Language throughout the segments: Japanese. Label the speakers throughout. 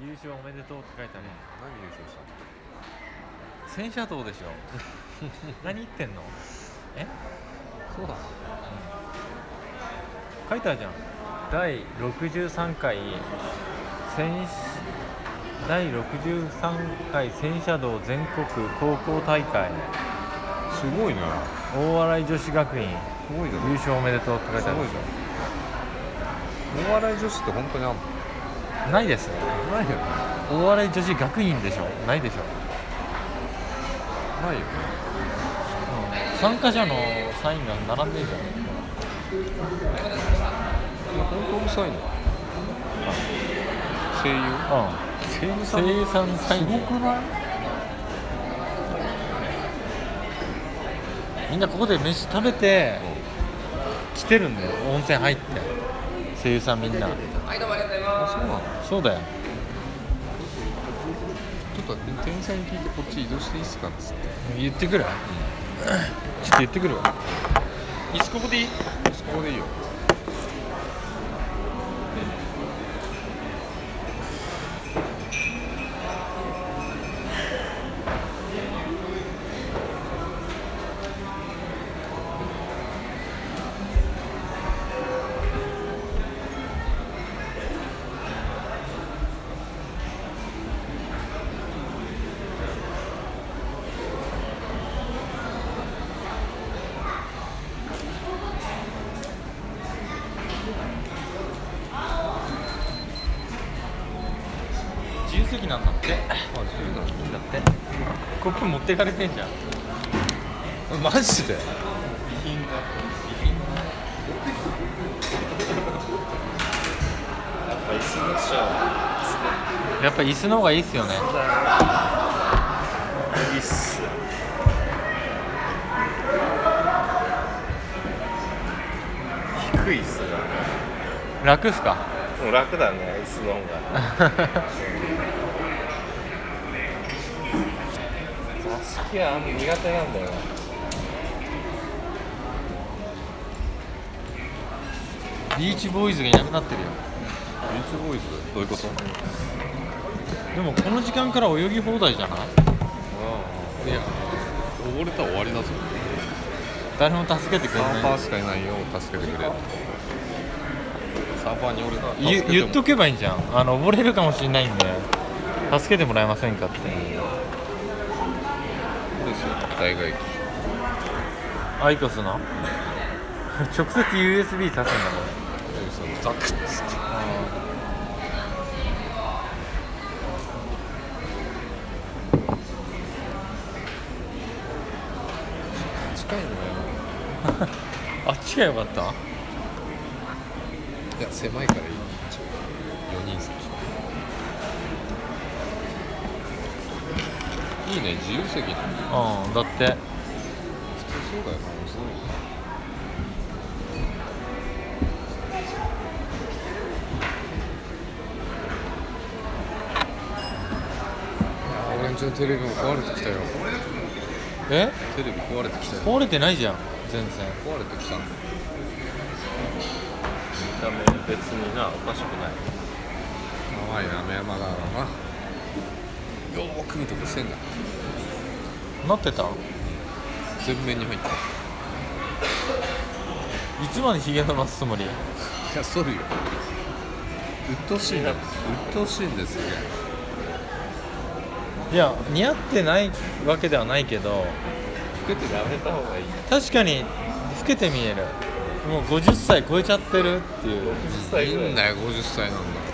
Speaker 1: 優勝おめでとうって書いてある、
Speaker 2: 何優勝したの
Speaker 1: 戦車道でしょ 何言ってんのえ
Speaker 2: そうだ
Speaker 1: 書いてあるじゃん第63回戦第63回戦車道全国高校大会
Speaker 2: すごいね
Speaker 1: 大洗女子学院
Speaker 2: すごいじゃ
Speaker 1: 優
Speaker 2: ん
Speaker 1: 勝おめでとうって書い
Speaker 2: す
Speaker 1: てあ
Speaker 2: ごいじゃん大洗女子って本当にあんの
Speaker 1: るないです
Speaker 2: ないよね
Speaker 1: 大洗女子学院でしょないでしょ、
Speaker 2: ないよね
Speaker 1: 参加者のサインが並んでるじゃん
Speaker 2: いや本当うるさいの声優
Speaker 1: う
Speaker 2: 声優
Speaker 1: ん声優さんのサイン
Speaker 2: すごくない
Speaker 1: みんなここで飯食べて来てるんだよ温泉入って声優さんみんな
Speaker 2: あそうなの
Speaker 1: そうだよ
Speaker 2: ちょっと店員さんに聞いてこっち移動していいっすかっつって
Speaker 1: 言ってくる、ちょっと言ってくるわいつここでいい
Speaker 2: そこでいいよ
Speaker 1: 自由席なんだって
Speaker 2: あ自由なんだ
Speaker 1: だってコップ持ってかれてんじゃん
Speaker 2: マジで
Speaker 1: やっぱ椅子の方がいいっすよね
Speaker 3: いいっす低いっすが
Speaker 1: 楽っすか
Speaker 3: もう楽だね椅子の方が座敷はあんま苦手なんだよ
Speaker 1: ビーチボーイズがいなくなってるよ
Speaker 2: ビーチボーイズどういうこと
Speaker 1: でもこの時間から泳ぎ放題じゃない
Speaker 2: いや溺れたら終わりだぞ
Speaker 1: 誰も助けてく
Speaker 2: サ
Speaker 1: れ
Speaker 2: ーファ
Speaker 1: な
Speaker 2: ーしかいないよ助けてくれサーファーに俺が
Speaker 1: い言言っとけばいいじゃんあの溺れるかもしれないんで助けてもらえませんかって
Speaker 2: そうですよ大外機
Speaker 1: アイコスの直接 USB 挿すんだもん
Speaker 2: ザクッつって近いのよ
Speaker 1: あっちがよかった
Speaker 2: いや狭いからいい4人席いいね自由席だね
Speaker 1: うんだって
Speaker 2: 普通そうだよな遅いよいや俺んちのテレビも壊れてきたよ
Speaker 1: え
Speaker 2: テレビ壊れてきたよ
Speaker 1: 壊れてないじゃん全然
Speaker 2: 壊れてきたんだ
Speaker 3: 見た目別になおかしくない
Speaker 2: 甘いな雨山だろうなよーく見てく線が
Speaker 1: なってたい
Speaker 2: 全面に入ったい
Speaker 1: つまでヒゲ伸ばすつもり
Speaker 2: やそうよ鬱陶しいな鬱陶しいんですよ
Speaker 1: いや似合ってないわけではないけど
Speaker 2: 受けて
Speaker 3: やめた方がいい
Speaker 1: 確かに老けて見えるもう50歳超えちゃってるっていう
Speaker 3: 実
Speaker 2: いいんだよ50歳なんだ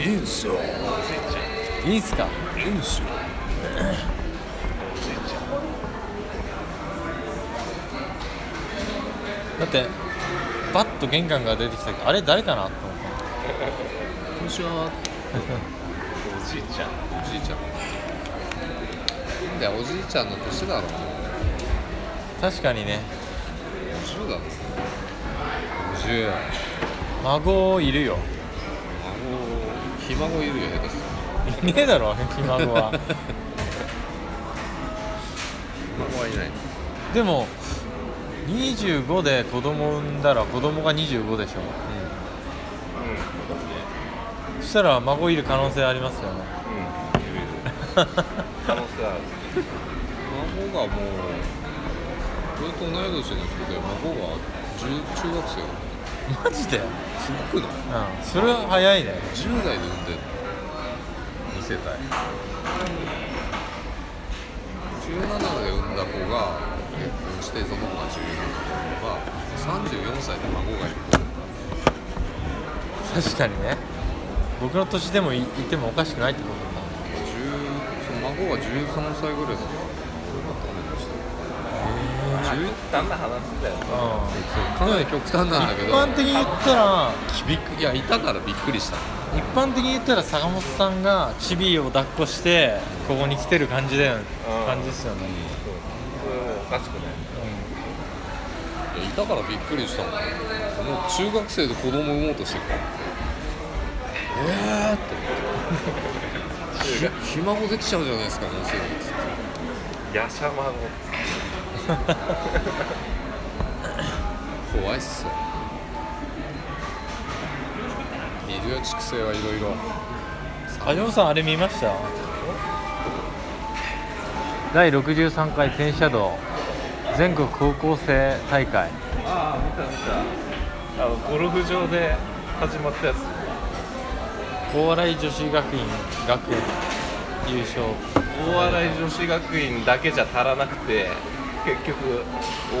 Speaker 2: いいんすよ
Speaker 1: いいっすか
Speaker 2: いいんすよ
Speaker 1: だってバッと玄関から出てきたけどあれ誰かなと思っ
Speaker 2: こんにちは
Speaker 3: おじいちゃん
Speaker 2: おじいちゃんなんだよおじいちゃんの年だろ
Speaker 1: た確かにね
Speaker 2: 50だろ50
Speaker 1: 孫いるよ
Speaker 2: 孫ひ孫いるよ下手す
Speaker 1: いねえだろひ孫 は
Speaker 2: る孫はいない
Speaker 1: でも25で子供産んだら子供が25でしょ
Speaker 3: うん
Speaker 1: そしたら孫いる可能性ありますよね
Speaker 3: うんいるいる可能性ある
Speaker 2: 孫がもう俺と同い年の人で孫が中中学
Speaker 1: マ
Speaker 2: 生
Speaker 1: ジでうん
Speaker 2: すごくない
Speaker 1: それは早いね
Speaker 2: 10代で産んでる2世帯17で産んだ子が結婚してその子が17だと思えば34歳で孫がいる子
Speaker 1: 確かにね僕の年でもいいてもおかしくないってことだ
Speaker 2: 10その孫が13歳ぐらいだったから俺が食
Speaker 3: だんだん話してたよ
Speaker 1: なうん
Speaker 2: べました10そうかなり極端なんだけど
Speaker 1: 一般的に言ったら
Speaker 2: びっくいやいたからびっくりした
Speaker 1: 一般的に言ったら坂本さんがチビを抱っこしてここに来てる感じだよね
Speaker 3: うん
Speaker 1: 感じですよね、
Speaker 3: そうそれもおかしくない
Speaker 2: いやいたからびっくりしたもんもう中学生で子供産もうとしてるからえ ーって思ってひひ孫できちゃうじゃないですかもうすぐ
Speaker 3: ヤシャマゴ
Speaker 2: 怖い っすよ医療畜生はいろいろ
Speaker 1: あ橋本さんあれ見ました第63回転車道全国高校生大会
Speaker 3: ああ見た見たあのゴルフ場で始まったやつ
Speaker 1: 大洗女子学院学園優勝
Speaker 3: 大洗女子学院だけじゃ足らなくて結局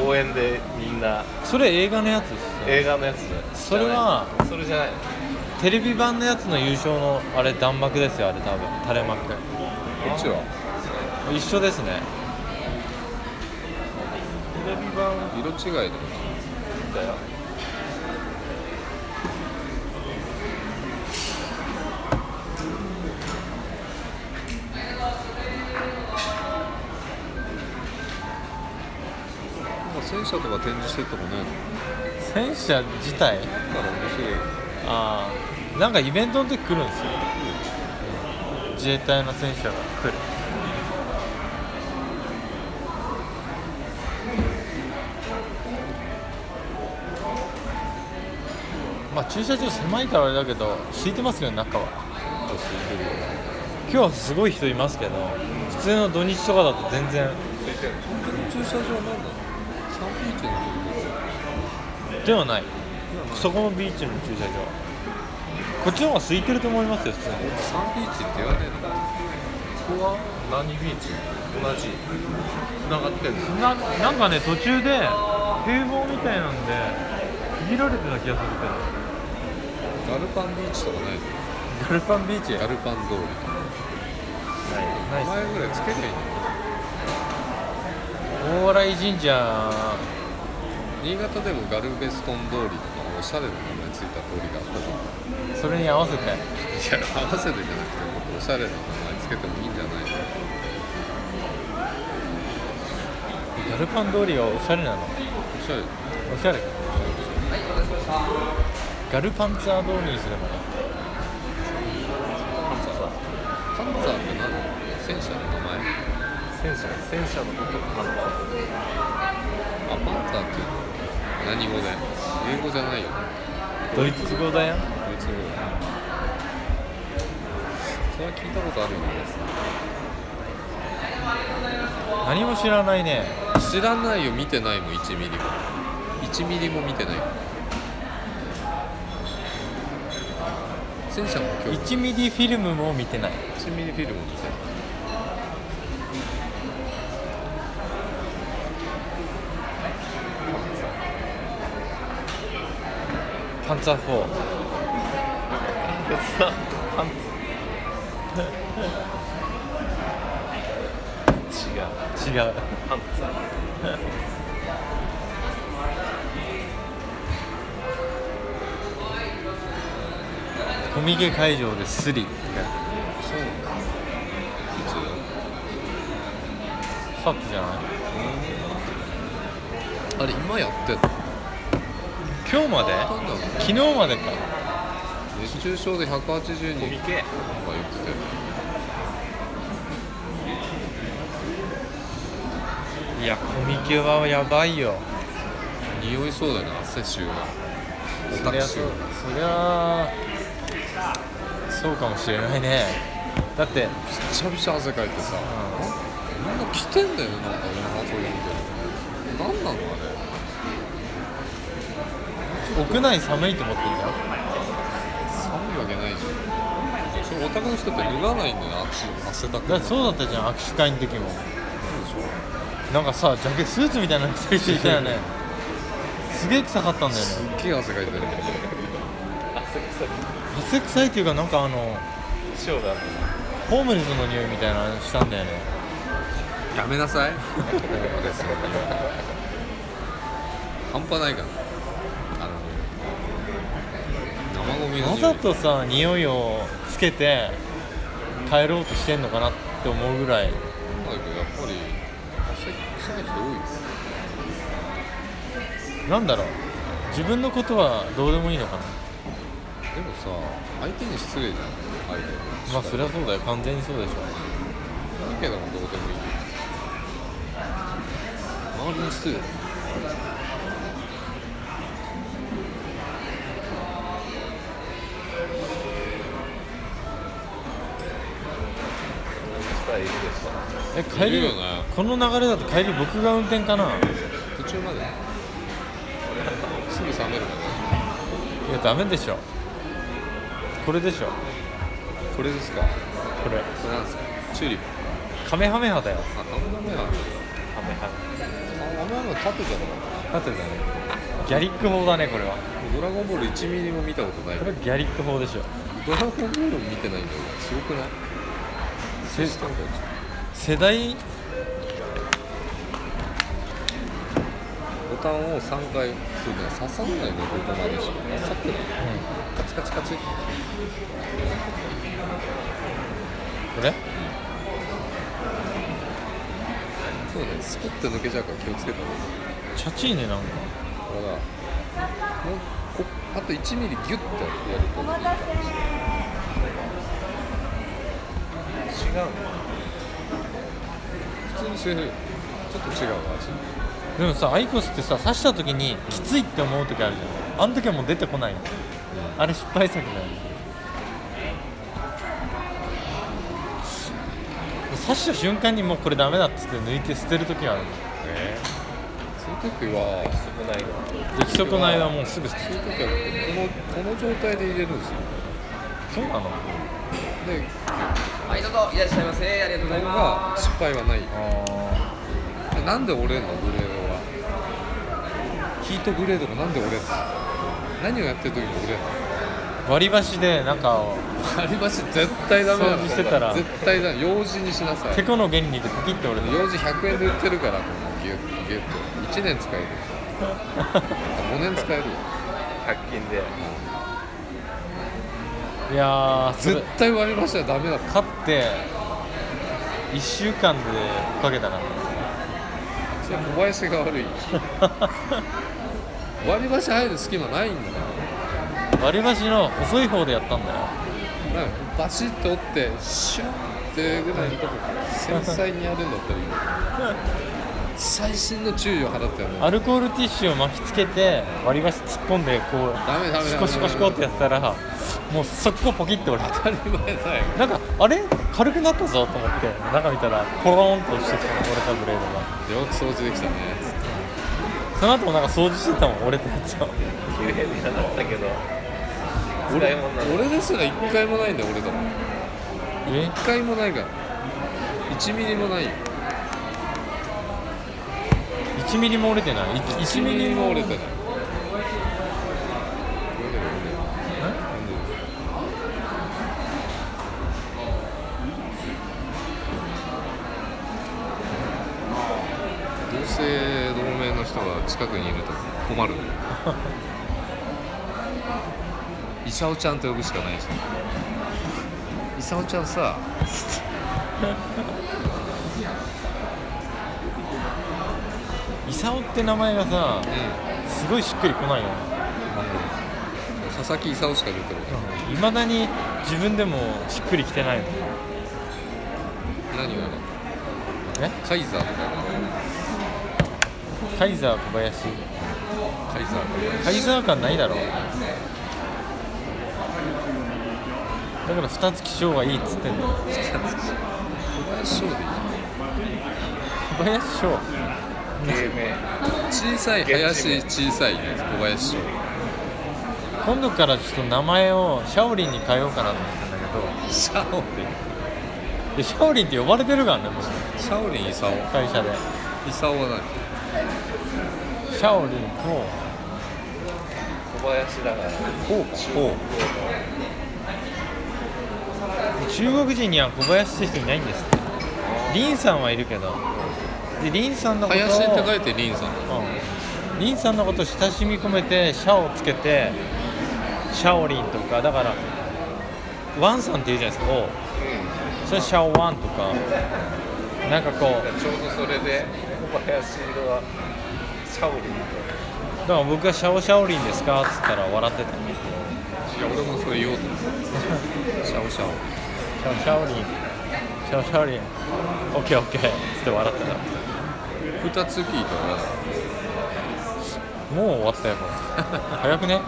Speaker 3: 応援でみんな
Speaker 1: それ映画のやつですね
Speaker 3: 映画のやつじゃない
Speaker 1: それは
Speaker 3: それじゃない
Speaker 1: テレビ版のやつの優勝のあれ弾幕ですよあれ多分垂れ幕
Speaker 2: こっちは
Speaker 1: 一緒ですね
Speaker 3: テレビ版
Speaker 2: 色違いで
Speaker 3: だよ
Speaker 2: なんか戦車とか展示してるとこね
Speaker 1: 戦車自体
Speaker 2: だから面白いよ
Speaker 1: ああなんかイベントの時来るんですよ自衛隊の戦車が来るまあ駐車場狭いからあれだけど空いてますよね中は
Speaker 2: なんか空いてるよ
Speaker 1: 今日はすごい人いますけど普通の土日とかだと全然
Speaker 2: 駐車場なんだサンビーチの駐
Speaker 1: ではないそこもビーチの駐車場こっちの方が空いてると思いますよ普通に
Speaker 2: 車場サンビーチって言われるんだ
Speaker 3: ここは何ビーチ同じ繋がってんの
Speaker 1: ななんかね途中で堤防みたいなんで区切られてた気がする
Speaker 2: ガルパンビーチとかない
Speaker 1: け
Speaker 2: の
Speaker 1: どガルパンビーチ
Speaker 2: ガルパン通り
Speaker 1: ない
Speaker 2: 名前ぐらいつけないいの
Speaker 1: 大洗神社
Speaker 2: 新潟でもガルベストン通りとかおしゃれな名前ついた通りがあったから
Speaker 1: それに合わせて
Speaker 2: いや合わせてじゃなくてもっとおしゃれな名前つけてもいいんじゃないの
Speaker 1: ガルパン通りはおしゃれなの
Speaker 2: おしゃれ
Speaker 1: おしゃれかガルパンツァー通りにすればね
Speaker 2: パンツァーって何戦車の名前
Speaker 3: 戦車戦車のことかな
Speaker 2: あパンツァーっていうの何語で英語じゃないよね
Speaker 1: ドイツ語だよ
Speaker 2: ドイツ語だよそれは聞いたことあるよね
Speaker 1: 何も知らないね
Speaker 2: 知らないよ見てないもん1ミリも1ミリも見てない戦車も今日
Speaker 1: 1ミリフィルムも見てない
Speaker 2: 1ミリフィルムみたい
Speaker 1: パンツァー4
Speaker 3: 別なパンツ違う
Speaker 1: 違う
Speaker 3: パンツァ
Speaker 1: コミケ会場でスリ
Speaker 2: そうなんだいつ
Speaker 1: さっきじゃない
Speaker 2: あれ今やってんの
Speaker 1: 今日まで
Speaker 2: なんだろう
Speaker 1: 昨日までか
Speaker 2: 熱中症で180人とか言
Speaker 3: コミ
Speaker 2: って
Speaker 3: ケ
Speaker 2: たよ
Speaker 1: いやコミケはやばいよ
Speaker 2: 匂いそうだよね汗臭がオ
Speaker 1: そ
Speaker 2: タ
Speaker 1: り
Speaker 2: ク
Speaker 1: ゃそそ
Speaker 2: 臭
Speaker 1: りゃそうかもしれないねだって
Speaker 2: びちゃびちゃ汗かいてさ、なん、みんな来てんだよねなんか今そういうのなんなのあれ
Speaker 1: 屋内寒いと思ってるじゃん
Speaker 2: 寒いわけないじゃんそれオタクの人って脱がないんだよな足汗だく
Speaker 1: だ
Speaker 2: な
Speaker 1: ってそうだったじゃん握手会の時も
Speaker 2: でしょ
Speaker 1: なんかさジャケスーツみたいなの着てる人いたよねすげえ臭かったんだよね
Speaker 2: すっげえ汗かいてる
Speaker 3: 汗臭く
Speaker 1: 汗臭いっていうかなんかあの
Speaker 3: ショーだね
Speaker 1: ホームレスの匂いみたいなのしたんだよね
Speaker 2: やめなさいですよね半端ないからあの生ゴミの匂
Speaker 1: わ
Speaker 2: い
Speaker 1: ざとさ匂いをつけて帰ろうとしてんのかなって思うぐらい
Speaker 2: なんだけどやっぱり汗臭い人多いです
Speaker 1: なんだろう自分のことはどうでもいいのかな
Speaker 2: でもさ相手に失礼じゃん相手に
Speaker 1: まあそりゃそうだよ完全にそうでしょ
Speaker 2: だけどもどうでもいい周りに失礼だよ
Speaker 3: 臭いでした
Speaker 1: え帰
Speaker 2: い
Speaker 1: り
Speaker 2: るよね
Speaker 1: この流れだと帰り僕が運転かない
Speaker 2: 途中まですぐ冷めるから
Speaker 1: やダメでしょこれでしょ
Speaker 2: これですか
Speaker 1: これ
Speaker 2: これなんですかチューリップ
Speaker 1: カメハメハだよ
Speaker 2: あカメラメラ
Speaker 1: カメハ
Speaker 2: あカメラメラ縦じゃなかっ
Speaker 1: メだってだねギャリック法だねこれは
Speaker 2: たドラゴンボール1ミリも見たことない
Speaker 1: これギャリック法でしょ
Speaker 2: ドラゴンボール見てないんだよすごくない
Speaker 1: せ世代
Speaker 2: ボタンを3回そうだね刺さんないねここまでしか刺さってないカチカチカチ
Speaker 1: これ
Speaker 2: そうねスポッて抜けちゃうから気をつけた方がいい
Speaker 1: チャチいねなんか
Speaker 2: だからもうこあと1ミリギュッてやると
Speaker 3: 違う
Speaker 2: 普通に吸えるちょっと違う味
Speaker 1: でもさアイコスってさ刺した時にきついって思う時あるじゃんあの時はもう出てこないのあれ失敗作だよ刺した瞬間にもうこれダメだっつって抜いて捨てる時がある
Speaker 2: えそういう時は
Speaker 3: 少ないの
Speaker 1: で規則の間はもうすぐ捨て
Speaker 2: そういう時はこのこの状態で入れるんですよ
Speaker 1: そうなの
Speaker 2: で
Speaker 4: はい、どうぞいらっしゃいませ。ありがとう
Speaker 2: こ
Speaker 4: ござい
Speaker 2: れ
Speaker 4: ま
Speaker 2: が失敗はない
Speaker 1: あ
Speaker 2: でなんで折れんのグレードはヒートグレードがなんで折れんの何をやってる時に折れんの
Speaker 1: ー割り箸でなんか
Speaker 2: 割り箸絶対ダメな
Speaker 1: 掃
Speaker 2: の
Speaker 1: 除してたら
Speaker 2: 絶対ダメ用事にしなさい
Speaker 1: てこの原理でパキッて折れる
Speaker 2: 用事100円で売ってるからこのギュッギュッと1年使 える5年使えるよ
Speaker 3: 100均で
Speaker 1: いやーそれ
Speaker 2: 絶対割り箸はダメだって
Speaker 1: 買って1週間で追っかけたな
Speaker 2: それ小林が 悪い割り箸入る隙間ないんだか
Speaker 1: 割り箸の細い方でやったんだよ
Speaker 2: らバシッと折ってシュッてぐらいのとこ繊細にやるんだったらいいよ最新の注意を払ってやるの
Speaker 1: アルコールティッシュを巻きつけて割り箸突っ込んでこう
Speaker 2: ダメダメダメ
Speaker 1: シコシコシコってやってたらもう速攻ポキって折れた
Speaker 2: 当たり前だよ
Speaker 1: なんかあれ軽くなったぞと思って中見たらコローンと落ちてきた折れたブレードが
Speaker 2: よく掃除できたね
Speaker 1: その後もなんか掃除してたもん折れたや つを
Speaker 3: 9円にはなったけど使い物なの
Speaker 2: 俺ですら一回もないんだよ俺とも
Speaker 1: え
Speaker 2: 一回もないから1ミリもないよ
Speaker 1: 1ミリも折れてない 1,
Speaker 2: 1ミリも折れてない同姓同名の人が近くにいると困 るイサオちゃんと呼ぶしかないしイサオちゃんさ
Speaker 1: イサオって名前がさ
Speaker 2: うん
Speaker 1: すごいしっくりこないよね
Speaker 2: 佐々木イサオしか出てこ
Speaker 1: いまだに自分でもしっくりきてないの
Speaker 2: ない何が
Speaker 1: え
Speaker 2: カイザーみたいな
Speaker 1: カイザー小林
Speaker 2: カイザー
Speaker 1: カイザー感ないだろだから二月翔がいいっつってんの
Speaker 2: 小林翔でいい
Speaker 1: 小林翔
Speaker 3: 芸名
Speaker 2: 小さい林小さいね小林翔
Speaker 1: 今度からちょっと名前をシャオリンに変えようかなと思ってんだけ
Speaker 2: シャオリ
Speaker 1: ど
Speaker 2: ン
Speaker 1: でシャオリンって呼ばれてるからね僕
Speaker 2: シャオリンイサオ
Speaker 1: 会社で
Speaker 2: イサオは
Speaker 1: シャオリンと
Speaker 3: 小林だから
Speaker 2: 何こうかこ
Speaker 1: 中国人には小林って人いないんですってリンさんはいるけどでリンさんの
Speaker 2: う
Speaker 1: ことを
Speaker 2: 林って書いてリンさ
Speaker 1: う
Speaker 2: ん
Speaker 1: んリンさんのことを親しみ込めてシャをつけてシャオリンとかだからワンさんって言うじゃないですかおうそれシャオワンとかなんかこう
Speaker 3: ちょうどそれで小林色はシャオリン
Speaker 1: だから僕が「シャオシャオリンですか?」っつったら笑ってたの
Speaker 2: いや俺もそれ言おうと思ってシャオシャオ
Speaker 1: シャオシャオリンシャオシャオリンオッケーオッケーっつって笑ってた
Speaker 2: 二つ聞いたら
Speaker 1: もう終わったよこれ早くね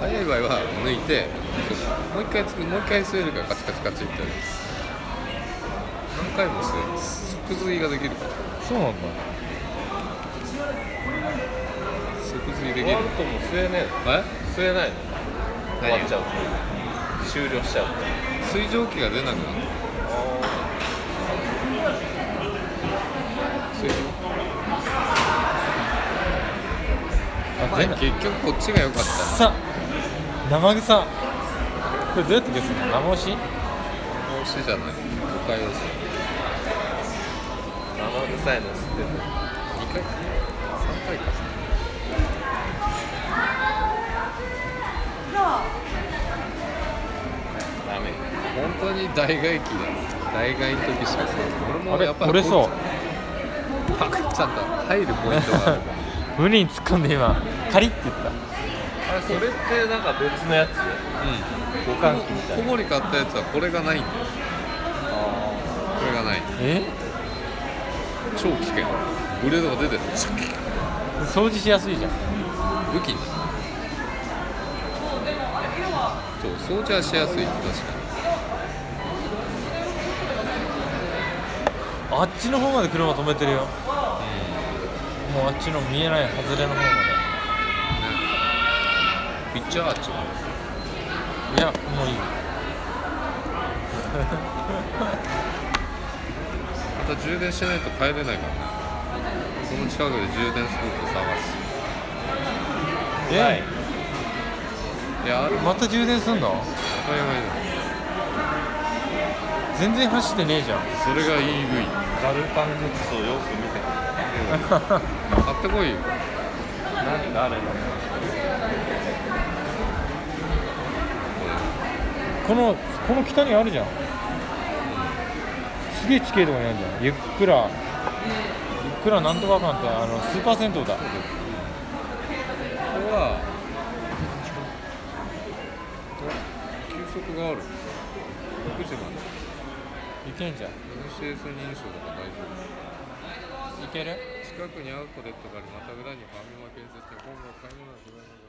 Speaker 2: 早い場合は抜いてもう一回つもう一回吸えるからカチカチカチってやる何回も吸える即吸いができるから
Speaker 1: そうなんだ
Speaker 2: 即吸いで
Speaker 3: 終
Speaker 2: きる
Speaker 3: わるともう吸えね
Speaker 2: え
Speaker 3: えの吸えないの終わっちゃうと終了しちゃう
Speaker 2: 水蒸気が出なくなる水蒸
Speaker 1: あ
Speaker 2: 気
Speaker 1: 全部
Speaker 2: 結局こっちが良かった
Speaker 1: さ生臭これどうやって消すの生押し
Speaker 2: 帽子じゃない誤解をする
Speaker 3: 生臭いの吸ってる
Speaker 2: 2回か3回か
Speaker 3: ダメ
Speaker 2: 本当に大外気だ大外の時しかさ俺
Speaker 1: あ
Speaker 2: も
Speaker 1: れ
Speaker 2: やっぱ
Speaker 1: 折れそう
Speaker 2: パクっちゃった入るポイントがある
Speaker 1: 無理に突っ込んで今カリッて言った
Speaker 3: あれそれってなんか別のやつ
Speaker 2: うん
Speaker 3: 互換機みたい
Speaker 2: 小
Speaker 3: な
Speaker 2: 森買ったやつはこれがないんだよこれがない
Speaker 1: え
Speaker 2: 超危険ブレードが出てるシャキ
Speaker 1: 掃除しやすいじゃん
Speaker 2: 武器になるそう掃除はしやすい確か
Speaker 1: あっちの方まで車止めてるよ、もうあっちの見えない外れの方ま
Speaker 2: にピッチャーアーチも
Speaker 1: でいやもういい
Speaker 2: また充電しないと帰れないからねこの近くで充電スポット探す
Speaker 1: え、
Speaker 3: はい
Speaker 2: いやある
Speaker 1: また充電すんの
Speaker 2: 当たり前だ
Speaker 1: 全然走ってねえじゃん
Speaker 2: それが EV
Speaker 3: ガルパングッズをよく見て
Speaker 2: 買ってこいよ
Speaker 3: 何があれだ
Speaker 1: このこの北にあるじゃんすげえ地形とかにあるじゃんゆっくらゆっくらなんとかかんってあのスーパー銭湯だ
Speaker 2: ここはお給息がある6時まで
Speaker 1: 行けんじゃん
Speaker 2: NCS 認証とか大丈夫
Speaker 1: 行ける
Speaker 2: 近くにアウトレットがありまた裏にファミマ建設店本郷買い物がございます